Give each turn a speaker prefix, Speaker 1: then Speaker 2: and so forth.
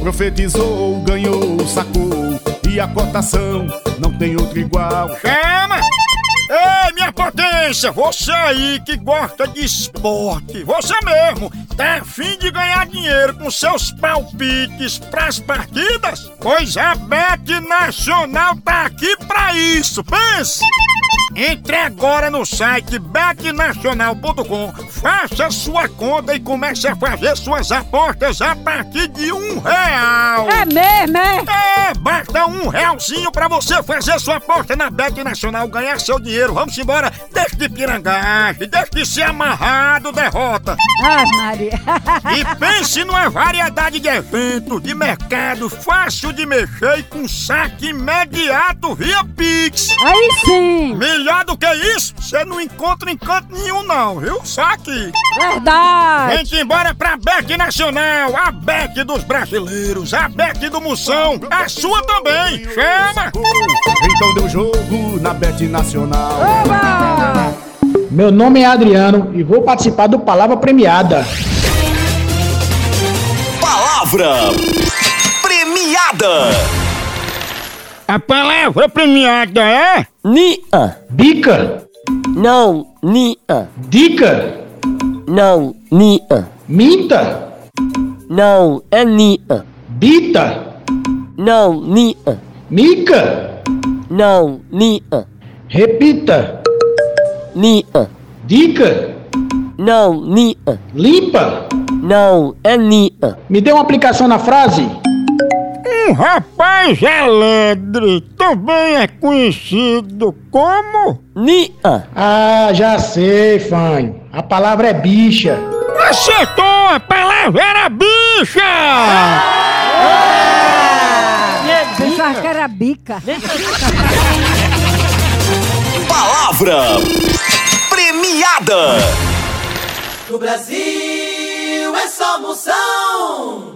Speaker 1: Profetizou, ganhou, sacou. E a cotação não tem outro igual.
Speaker 2: Chama! Ei, minha potência, você aí que gosta de esporte, você mesmo, tá afim de ganhar dinheiro com seus palpites pras partidas? Pois a Bet Nacional tá aqui pra isso, pense! Entre agora no site betnacional.com, faça sua conta e comece a fazer suas apostas a partir de um real.
Speaker 3: É mesmo, é?
Speaker 2: É, basta um realzinho pra você fazer sua aposta na Bet Nacional, ganhar seu dinheiro. Vamos embora, deixe de pirangagem, deixe de ser amarrado, derrota.
Speaker 3: Ai, Maria.
Speaker 2: E pense numa variedade de eventos, de mercado, fácil de mexer e com saque imediato via Pix.
Speaker 3: Aí sim,
Speaker 2: Melhor do que isso, você não encontra em canto nenhum não, viu? Só aqui.
Speaker 3: verdade.
Speaker 2: Vem-te embora pra BEC Nacional, a BEC dos brasileiros, a BEC do Moção, a sua também. Chama!
Speaker 1: Então deu jogo na Bet Nacional.
Speaker 3: Oba!
Speaker 4: Meu nome é Adriano e vou participar do Palavra Premiada.
Speaker 5: Palavra premiada.
Speaker 2: A palavra premiada é...
Speaker 6: Nia.
Speaker 4: Bica,
Speaker 6: Não, Nia.
Speaker 4: dica,
Speaker 6: Não, Nia.
Speaker 4: minta,
Speaker 6: Não, é Nia.
Speaker 4: bita,
Speaker 6: Não, Nia.
Speaker 4: mica,
Speaker 6: Não, Nia.
Speaker 4: repita,
Speaker 6: Nia.
Speaker 4: dica,
Speaker 6: Não, Nia.
Speaker 4: limpa.
Speaker 6: Não, é Nia.
Speaker 4: Me dê uma aplicação na frase.
Speaker 2: Um rapaz alegre, também é conhecido como...
Speaker 6: Nia.
Speaker 4: Ah, já sei, fanho. A palavra é bicha.
Speaker 2: Acertou, a palavra era bicha!
Speaker 3: Pensava que era bica.
Speaker 5: Palavra premiada.
Speaker 7: No Brasil é só moção.